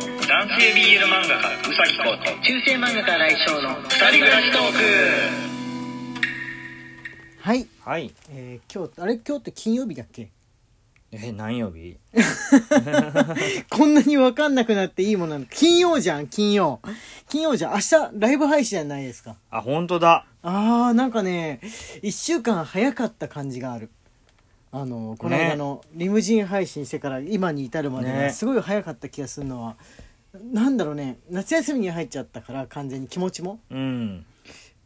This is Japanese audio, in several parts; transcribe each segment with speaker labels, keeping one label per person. Speaker 1: 系 BL 漫画家うさぎこと
Speaker 2: 中世漫画家来翔の
Speaker 1: 二人暮らしトーク
Speaker 3: はい、
Speaker 4: はい。
Speaker 3: えー、今日あれ今日って金曜日だっけ
Speaker 4: え、何曜日
Speaker 3: こんなに分かんなくなっていいものなの金曜じゃん金曜金曜じゃん明日ライブ配信じゃないですか
Speaker 4: あ、本当だ。
Speaker 3: あーなんかね1週間早かった感じがあるあのこの間のリムジン配信してから今に至るまでが
Speaker 4: ね
Speaker 3: すごい早かった気がするのは、なんだろうね夏休みに入っちゃったから完全に気持ちも
Speaker 4: うん。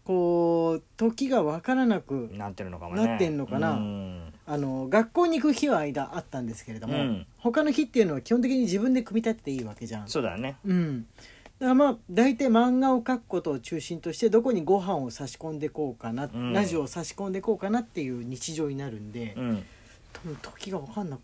Speaker 3: こう時が分からなく
Speaker 4: なってるのかもね。
Speaker 3: なってんのかな
Speaker 4: うん。
Speaker 3: あの学校に行く日は間あったんですけれども、
Speaker 4: うん
Speaker 3: 他の日っていうのは基本的に自分で組み立てていいわけじゃん。
Speaker 4: そうだよね。
Speaker 3: うん、だからまあ大体漫画を描くことを中心としてどこにご飯を差し込んでこうかな、
Speaker 4: うん
Speaker 3: ラジオを差し込んでこうかなっていう日常になるんで、
Speaker 4: うん。
Speaker 3: 多分時が分かんなく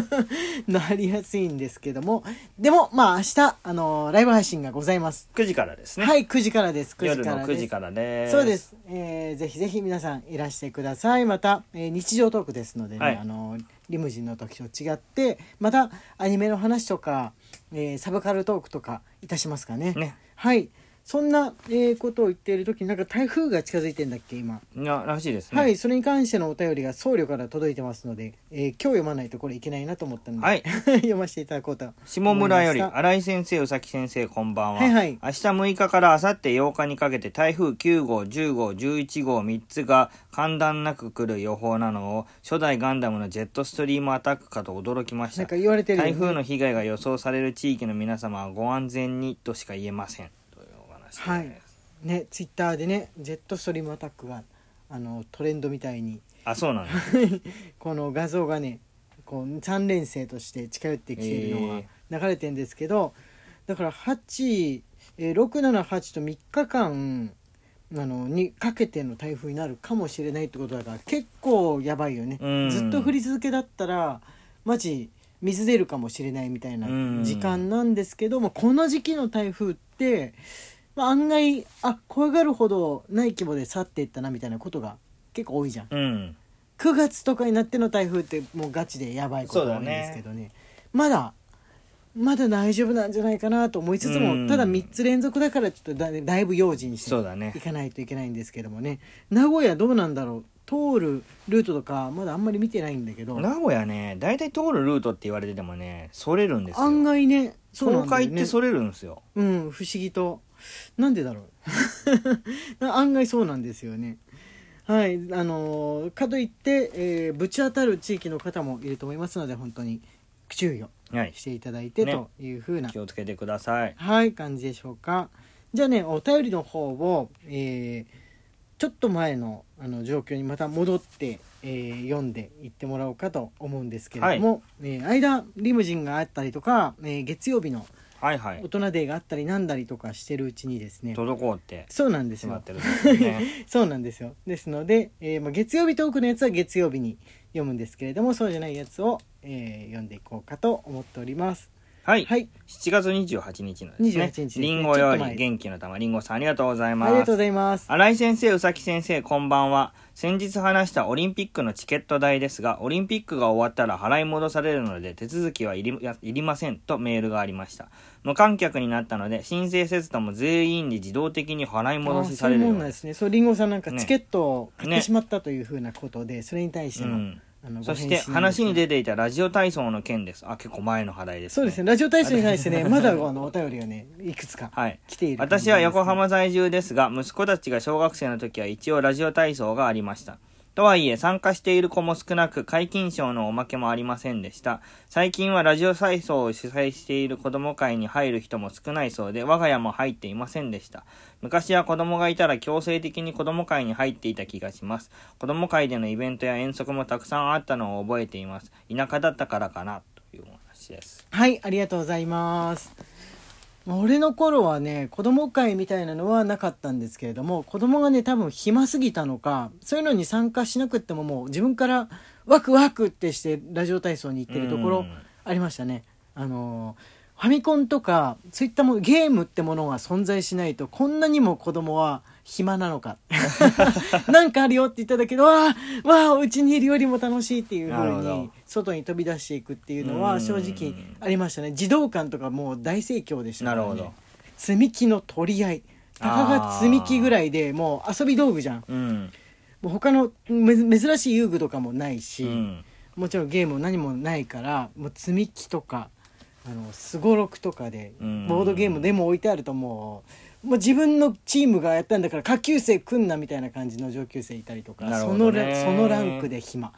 Speaker 3: なりやすいんですけどもでもまあ明日、あのライブ配信がございます。
Speaker 4: 9時からですね。
Speaker 3: はい9時からです9時
Speaker 4: 夜
Speaker 3: か
Speaker 4: の
Speaker 3: ら
Speaker 4: 9
Speaker 3: です
Speaker 4: 時からです。
Speaker 3: そうで。す、えーぜひぜひ皆さんいらしてくださいまた、えー日常トークですので、ね
Speaker 4: はい
Speaker 3: あのリムジンの時と違ってまたアニメの話とか、えーサブカルトークとかいたしますかね
Speaker 4: ね
Speaker 3: はいそんな、えーことを言っている時になんか台風が近づいてんだっけ今、
Speaker 4: ならしいですね。
Speaker 3: はい。それに関してのお便りが僧侶から届いてますので、えー今日読まないとこれいけないなと思ったので、
Speaker 4: は い
Speaker 3: 読ませていただこうと
Speaker 4: 下村より
Speaker 3: 思いました
Speaker 4: 新井先生、宇崎先生、こんばんは。
Speaker 3: はいはい
Speaker 4: 明日6日から明後日8日にかけて台風9号、10号、11号3つが寒暖なく来る予報なのを初代ガンダムのジェットストリームアタックかと驚きまし
Speaker 3: なん
Speaker 4: た
Speaker 3: か。言われてるよね
Speaker 4: 台風の被害が予想される地域の皆様はご安全にとしか言えません。というお話です。
Speaker 3: はいねツイッターでねジェットストリームアタックがあのトレンドみたいに
Speaker 4: あ、そうなんだ。
Speaker 3: この画像がねこう3連星として近寄ってきているの
Speaker 4: え
Speaker 3: が流れてんですけど、だから8、えー678と3日間あのにかけての台風になるかもしれないってことだから結構やばいよね、
Speaker 4: うん
Speaker 3: ずっと降り続けだったらマジ水出るかもしれないみたいな
Speaker 4: うん
Speaker 3: 時間なんですけども、この時期の台風って、まあ、案外あ怖がるほどない規模で去っていったなみたいなことが結構多いじゃん。
Speaker 4: うん。
Speaker 3: 9月とかになっての台風ってもうガチでやばいことが多いんですけどねまだまだ大丈夫なんじゃないかなと思いつつも、
Speaker 4: うん
Speaker 3: ただ3つ連続だからちょっとだだいぶ用心して
Speaker 4: そうだね
Speaker 3: いかないといけないんですけどもね名古屋どうなんだろう通るルートとかまだあんまり見てないんだけど
Speaker 4: 名古屋ね、大体通るルートって言われててもね、それるんですよ。
Speaker 3: 案外ねそうなん
Speaker 4: 東
Speaker 3: だよ
Speaker 4: 海っ
Speaker 3: ね
Speaker 4: てそれるんですよ。
Speaker 3: うん不思議となんでだろう 案外そうなんですよねはいあのーかといって、えーぶち当たる地域の方もいると思いますので本当に注意を
Speaker 4: はい
Speaker 3: し。ていただいて
Speaker 4: ね
Speaker 3: というふうな、
Speaker 4: 気をつけてください。
Speaker 3: はい感じでしょうかじゃあねお便りの方を、えーちょっと前のあの状況にまた戻って、えー読んでいってもらおうかと思うんですけれども、えー間リムジンがあったりとか、えー月曜日の
Speaker 4: はいは
Speaker 3: 大
Speaker 4: い。
Speaker 3: 人デーがあったりなんだりとかしてるうちにですね
Speaker 4: 滞って
Speaker 3: そうなんです
Speaker 4: しま
Speaker 3: よ
Speaker 4: ってるんですよね。
Speaker 3: そうなんですよですので、えーまあ、月曜日トークのやつは月曜日に読むんですけれどもそうじゃないやつを、えー読んでいこうかと思っております
Speaker 4: はい。
Speaker 3: はい
Speaker 4: 7月28日のですね。
Speaker 3: 28日ですね
Speaker 4: リンゴ
Speaker 3: ちょ
Speaker 4: よ
Speaker 3: っと前
Speaker 4: り元気の玉、リンゴさんありがとうござい
Speaker 3: あ
Speaker 4: ま
Speaker 3: りが
Speaker 4: す
Speaker 3: とうご。ざいます
Speaker 4: 新井先生、宇崎先生、こんばんは。先日話したオリンピックのチケット代ですが、オリンピックが終わったら払い戻されるので手続きはいりやいりませんとメールがありました。無観客になったので、申請せずとも全員に自動的に払い戻しされ
Speaker 3: あーそういう
Speaker 4: るよ
Speaker 3: も
Speaker 4: うん
Speaker 3: なん
Speaker 4: で。
Speaker 3: ですすねそうリンゴさんなんか
Speaker 4: ね
Speaker 3: チケットを買って
Speaker 4: ね
Speaker 3: しまったというふうなことで、それに対して
Speaker 4: う
Speaker 3: の,、
Speaker 4: ん、
Speaker 3: あの
Speaker 4: そして話に出ていたラジオ体操の件です。あ、結構前の払いです、
Speaker 3: そうですね。ラジオ体操に対してねまだあのお便りがねいくつか
Speaker 4: はい。
Speaker 3: 来ている感じ
Speaker 4: 私
Speaker 3: な
Speaker 4: は
Speaker 3: んですけど
Speaker 4: 横浜在住ですが息子たちが小学生の時は一応ラジオ体操がありましたとはいえ参加している子も少なく皆勤賞のおまけもありませんでした最近はラジオ体操を主催している子ども会に入る人も少ないそうで我が家も入っていませんでした昔は子供がいたら強制的に子供会に入っていた気がします子供会でのイベントや遠足もたくさんあったのを覚えています田舎だったからかなというお話です
Speaker 3: はい、ありがとうございます。まあ俺の頃はね、子供会みたいなのはなかったんですけれども、子供がね、多分暇すぎたのか、そういうのに参加しなくってももう自分からワクワクってしてラジオ体操に行ってるとこ
Speaker 4: う
Speaker 3: ろ
Speaker 4: ん
Speaker 3: ありましたね。あのーファミコンとかそういったものゲームってものが存在しないとこんなにも子供は暇なの かなんかあるよって言っただけどわあわあうちにいるよりも楽しいっていうふ
Speaker 4: なる
Speaker 3: う
Speaker 4: ほど
Speaker 3: に外に飛び出していくっていうの
Speaker 4: う
Speaker 3: は
Speaker 4: ん
Speaker 3: 正直ありましたね児童館とかもう大盛況でしたから、ね、
Speaker 4: なるほど
Speaker 3: 積み木の取り合いたかが積み木ぐらいでもう遊び道具じゃん
Speaker 4: うん
Speaker 3: もう他のめ珍しい遊具とかもないし、
Speaker 4: うん
Speaker 3: もちろんゲームも何もないからもう積み木とかあのすごろくとかで
Speaker 4: うん
Speaker 3: ボードゲームでも置いてあるともうもう自分のチームがやったんだから下級生来んなみたいな感じの上級生いたりとか、
Speaker 4: なる
Speaker 3: そ
Speaker 4: ほ
Speaker 3: の
Speaker 4: ど
Speaker 3: ラ
Speaker 4: ね
Speaker 3: そのランクで暇
Speaker 4: あ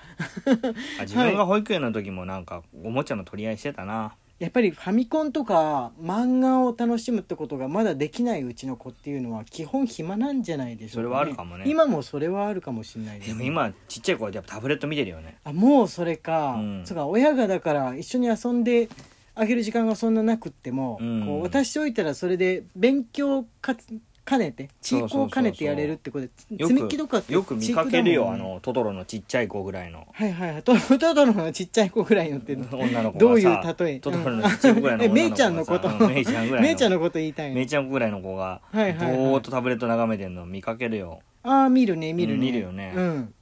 Speaker 4: 自分が保育園の時もなんかおもちゃの取り合いしてたな、
Speaker 3: やっぱりファミコンとか漫画を楽しむってことがまだできないうちの子っていうのは基本暇なんじゃないでしょう
Speaker 4: それはあるかもね
Speaker 3: 今もそれはあるかもしれないです
Speaker 4: で
Speaker 3: ね
Speaker 4: も今ちっちゃい子はやっぱタブレット見てるよね
Speaker 3: あもうそれか、
Speaker 4: うん
Speaker 3: そうか親がだから一緒に遊んであげる時間がそんななくっても、
Speaker 4: うん
Speaker 3: こう渡しておいたらそれで勉強かつ兼ねて地域を兼ねてやれるってことで
Speaker 4: よ
Speaker 3: 積み木とかっ
Speaker 4: く
Speaker 3: て
Speaker 4: よく見かけるよ、
Speaker 3: 知
Speaker 4: あ
Speaker 3: 育だもんね
Speaker 4: のトトロのちっちゃい子ぐらいの
Speaker 3: はいはいはいト トトロのちっちゃい子ぐらいのって
Speaker 4: 女の子がさ
Speaker 3: どういう例え
Speaker 4: トトロのちっちゃい子ぐらい の
Speaker 3: え
Speaker 4: 女の
Speaker 3: めい
Speaker 4: 子がさ
Speaker 3: ちゃんのこと
Speaker 4: うんめいちゃんぐらいの
Speaker 3: めいちゃんのこと言いたいの
Speaker 4: めいちゃんぐらいの子がぼ
Speaker 3: はいはいはい
Speaker 4: ーっとタブレット眺めてるの見かけるよ
Speaker 3: ああ見るね見るね、
Speaker 4: うん見るよね
Speaker 3: うん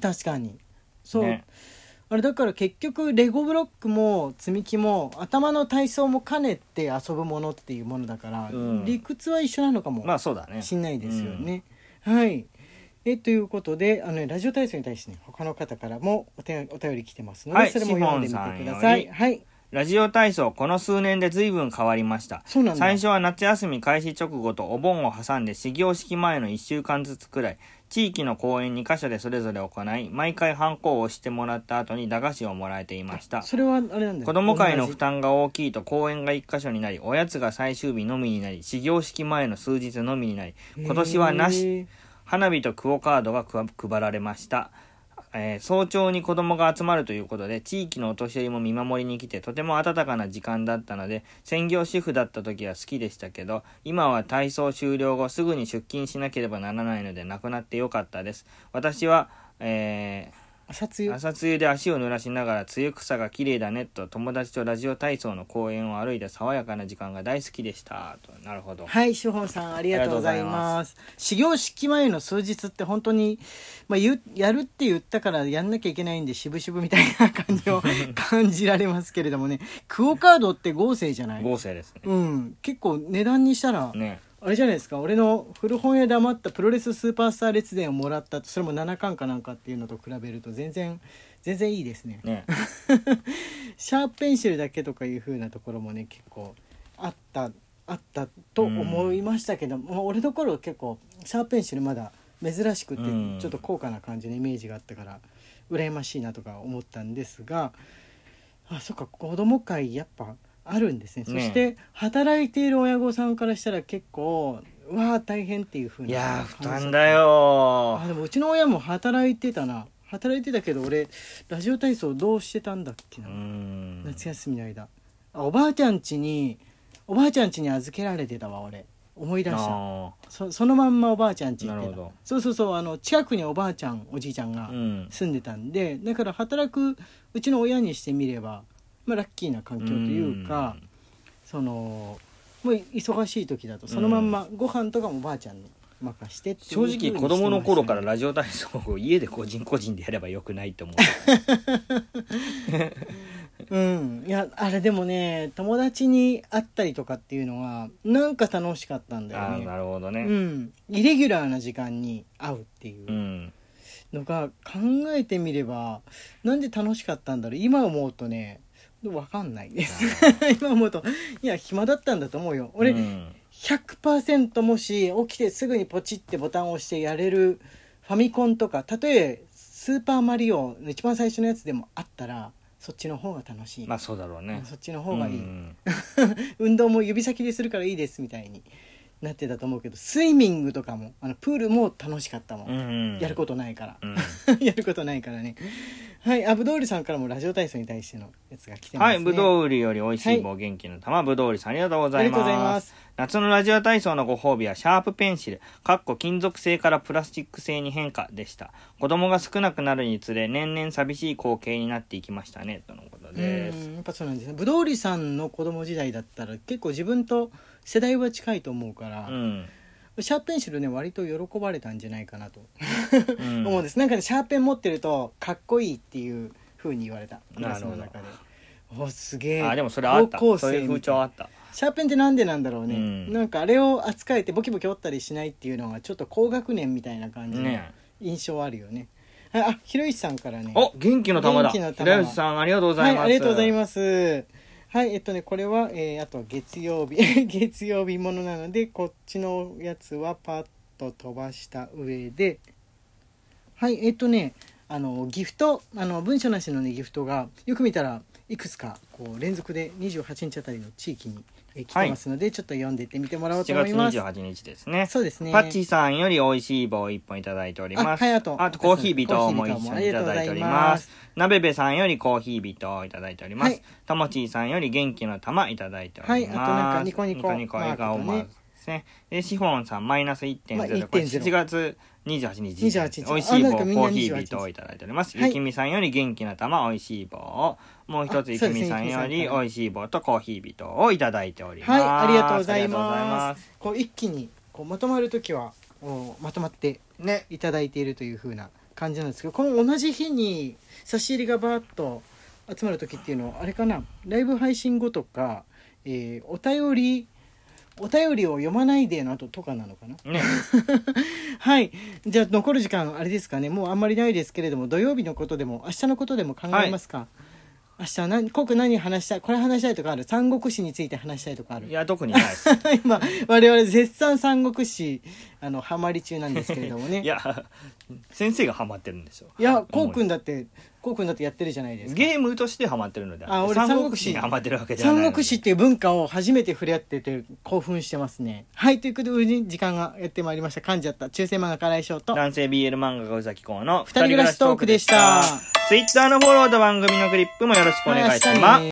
Speaker 3: 確かにそう、
Speaker 4: ね
Speaker 3: あれだから結局レゴブロックも積み木も頭の体操も兼ねて遊ぶものっていうものだから、
Speaker 4: うん
Speaker 3: 理屈は一緒なのかも
Speaker 4: まあそうだね
Speaker 3: しんないですよね。はいえということであの、ね、ラジオ体操に対して、ね、他の方からもお手お便り来てますので、
Speaker 4: はい
Speaker 3: それも読んでみてください。
Speaker 4: シフォンさんより
Speaker 3: はい、
Speaker 4: ラジオ体操この数年で随分変わりました
Speaker 3: そうなんだ
Speaker 4: 最初は夏休み開始直後とお盆を挟んで始業式前の1週間ずつくらい地域の公園2カ所でそれぞれ行い毎回ハンコを押してもらった後に駄菓子をもらえていました
Speaker 3: それはあれなんだよ
Speaker 4: 子供会の
Speaker 3: 同
Speaker 4: 負
Speaker 3: じ
Speaker 4: 担が大きいと公園が1箇所になりおやつが最終日のみになり始業式前の数日のみになり今年はなし
Speaker 3: へー
Speaker 4: 花火とクオカードがくわ配られました、えー早朝に子供が集まるということで地域のお年寄りも見守りに来てとても温かな時間だったので専業主婦だった時は好きでしたけど今は体操終了後すぐに出勤しなければならないのでなくなってよかったです私は、えー
Speaker 3: 朝露
Speaker 4: 朝露で足を濡らしながら「露草が綺麗だね」と友達とラジオ体操の公園を歩いた爽やかな時間が大好きでしたとなるほど
Speaker 3: はい、しほんさんありがとうございます。始業式前の数日って本当に、まあ、ゆやるって言ったからやんなきゃいけないんで渋々みたいな感 じを感じられますけれどもね。クオカードって合成じゃない
Speaker 4: 豪勢ですね
Speaker 3: うん。結構値段にしたら、
Speaker 4: ね
Speaker 3: あれじゃないですか。俺の古本屋で余ったプロレススーパースター列伝をもらったと、それも7巻かなんかっていうのと比べると全然、全然いいですね。
Speaker 4: ね
Speaker 3: シャープペンシルだけとかいう風なところもね結構あったあったと思いましたけど、もう俺の頃結構シャープペンシルまだ珍しくて、
Speaker 4: うん
Speaker 3: ちょっと高価な感じのイメージがあったから羨ましいなとか思ったんですがあそっか子供会やっぱあるんですねそ
Speaker 4: ね
Speaker 3: して働いている親御さんからしたら結構うわあ大変っていう風ない
Speaker 4: やー負
Speaker 3: 感じ
Speaker 4: 担だよ
Speaker 3: あでもうちの親も働いてたな働いてたけど俺ラジオ体操どうしてたんだっけ
Speaker 4: ー
Speaker 3: な、
Speaker 4: うーん
Speaker 3: 夏休みの間あおばあちゃん家におばあちゃん家に預けられてたわ俺思い出した
Speaker 4: あ
Speaker 3: そそのまんまおばあちゃん家行って
Speaker 4: なる
Speaker 3: た
Speaker 4: ほど
Speaker 3: そうそうそうあの近くにおばあちゃんおじいちゃんが
Speaker 4: ーうん
Speaker 3: 住んでたんで、だから働くうちの親にしてみれば、まあ、ラッキーな環境というか
Speaker 4: うん
Speaker 3: そのもう忙しい時だとそのまんまご飯とかもおばあちゃんに任してっていう
Speaker 4: 正直子供の頃から
Speaker 3: ラ
Speaker 4: ラジオ体操を家で個人個人でやればよくないと思う
Speaker 3: うんいやあれでもね友達に会ったりとかっていうのはなんか楽しかったんだよ
Speaker 4: ああ
Speaker 3: ね
Speaker 4: なるほど
Speaker 3: う
Speaker 4: ね
Speaker 3: ん、イレギュラーな時間に会うっていううんのが考えてみればなんで楽しかったんだろう今思うとね分かんないです 今思うといや暇だったんだと思うよ俺、
Speaker 4: うん
Speaker 3: 100%もし起きてすぐにポチってボタンを押してやれるファミコンとかたとえスーパーマリオの一番最初のやつでもあったらそっちの方が楽しい、
Speaker 4: まあそうだろうね
Speaker 3: そっちの方がいい、
Speaker 4: うん
Speaker 3: 運動も指先でするからいいですみたいになってたと思うけどスイミングとかもあのプールも楽しかったもん、
Speaker 4: う ん
Speaker 3: やることないから
Speaker 4: う、ん
Speaker 3: やることないからねはい、あ、ぶどうりさんからもラジオ体操に対してのやつが来てます、
Speaker 4: は
Speaker 3: ね。
Speaker 4: い、ぶどう売りより美味しい棒元気の玉、ぶどう売りさんありがとうござい
Speaker 3: ありがとうござい
Speaker 4: ま
Speaker 3: ますす。
Speaker 4: 夏のラジオ体操のご褒美はシャープペンシル、かっこ金属製からプラスチック製に変化でした。子供が少なくなるにつれ、年々寂しい光景になっていきましたね、とのことで
Speaker 3: う
Speaker 4: す。
Speaker 3: んやっぱそうなんですねぶどうりさんの子供時代だったら結構自分と世代は近いと思うから、
Speaker 4: うん。
Speaker 3: シャーペンシルね割と喜ばれたんじゃないかなと
Speaker 4: うん
Speaker 3: 思うんです、なんかねシャーペン持ってるとかっこいいっていうふうに言われたクラスの中でおすげえ
Speaker 4: あ、でもそれあった。
Speaker 3: 高校
Speaker 4: そういう
Speaker 3: 生
Speaker 4: 風
Speaker 3: みた
Speaker 4: 潮あった。
Speaker 3: シャーペンってなんでなんだろうね、
Speaker 4: うん
Speaker 3: なんかあれを扱えてボキボキ折ったりしないっていうのがちょっと高学年みたいな感じの
Speaker 4: ね
Speaker 3: 印象あるよねああひろゆきさんからね
Speaker 4: お、元気の玉だ。
Speaker 3: 元気の玉
Speaker 4: 平吉さん、ありがとうございます。
Speaker 3: はい、ありがとうございます。はい、えっとね、これは、えーあとは月曜日、 月曜日ものなので、こっちのやつはパッと飛ばした上で、はい、えっとね、あの、ギフト、あの、文書なしのね、ギフトが、よく見たら、いくつか、こう、連続で28日あたりの地域にえー来てますので、ちょっと読んでいってみてもらおうと
Speaker 4: 7
Speaker 3: 思います。
Speaker 4: 月28日ですね。
Speaker 3: そうですね。
Speaker 4: パッチーさんより美味しい棒一本いただいております。
Speaker 3: あはいあと
Speaker 4: コーヒービトも一緒にいただいて
Speaker 3: コーヒービトもありがとうござ
Speaker 4: おります
Speaker 3: います。
Speaker 4: なべべさんよりコーヒービトをいただいておりま
Speaker 3: は
Speaker 4: す
Speaker 3: い。
Speaker 4: ともちーさんより元気の玉いただいております。
Speaker 3: はいあとなんかニコニコ
Speaker 4: ニコニコ笑顔マークですね。で、シフォンさんマイナス1.0。
Speaker 3: まあ1.0
Speaker 4: これ7月28日。
Speaker 3: 28日
Speaker 4: 美味しい棒、
Speaker 3: あなん
Speaker 4: コ
Speaker 3: かみんな
Speaker 4: ーヒービトを
Speaker 3: 28
Speaker 4: いただいております。
Speaker 3: はい
Speaker 4: ゆきみさんより元気の玉、美味しい棒を。もう一つ、ゆ
Speaker 3: あそ
Speaker 4: き
Speaker 3: うですね
Speaker 4: みさんよ
Speaker 3: ゆきみ
Speaker 4: り
Speaker 3: さんから
Speaker 4: 美味しい棒とコーヒービトをいただいております。
Speaker 3: はい、ありがとうござい
Speaker 4: ありがとうござい
Speaker 3: ま。
Speaker 4: ますす。
Speaker 3: こう一気にこうまとまるときはおまとまって
Speaker 4: ね。
Speaker 3: いただいているという風な感じなんですけど、この同じ日に差し入れがバーッと集まるときっていうのはあれかな、ライブ配信後とか、えーお便りお便りを読まないでの後とかなのかな。
Speaker 4: ね。
Speaker 3: はい、じゃあ残る時間あれですかね、もうあんまりないですけれども、土曜日のことでも明日のことでも考えますか。明日は何、濃く何話したい、これ話したいとかある、三国志について話したいとかある
Speaker 4: い。や、特にない です。
Speaker 3: 今我々絶賛三国志あのハマり中なんですけれどもね
Speaker 4: いや、先生がハマってるんですよ。
Speaker 3: いやこうく
Speaker 4: ん
Speaker 3: んだってこうくんだってやってるじゃないですか
Speaker 4: ゲームとしてハマってるので
Speaker 3: あ
Speaker 4: って
Speaker 3: 俺
Speaker 4: 三国志にハマってるわけじゃない。
Speaker 3: 三国志っていう文化を初めて触れ合ってて興奮してますねはいということで時間がやってまいりました噛んじゃった中世漫画家来翔と
Speaker 4: 男性 BL 漫画が宇崎公の
Speaker 3: 二人暮らしトークでした。
Speaker 4: Twitter のフォローと番組のクリップもよろしくお願いし
Speaker 3: まあ明
Speaker 4: ま
Speaker 3: 日
Speaker 4: す
Speaker 3: ね。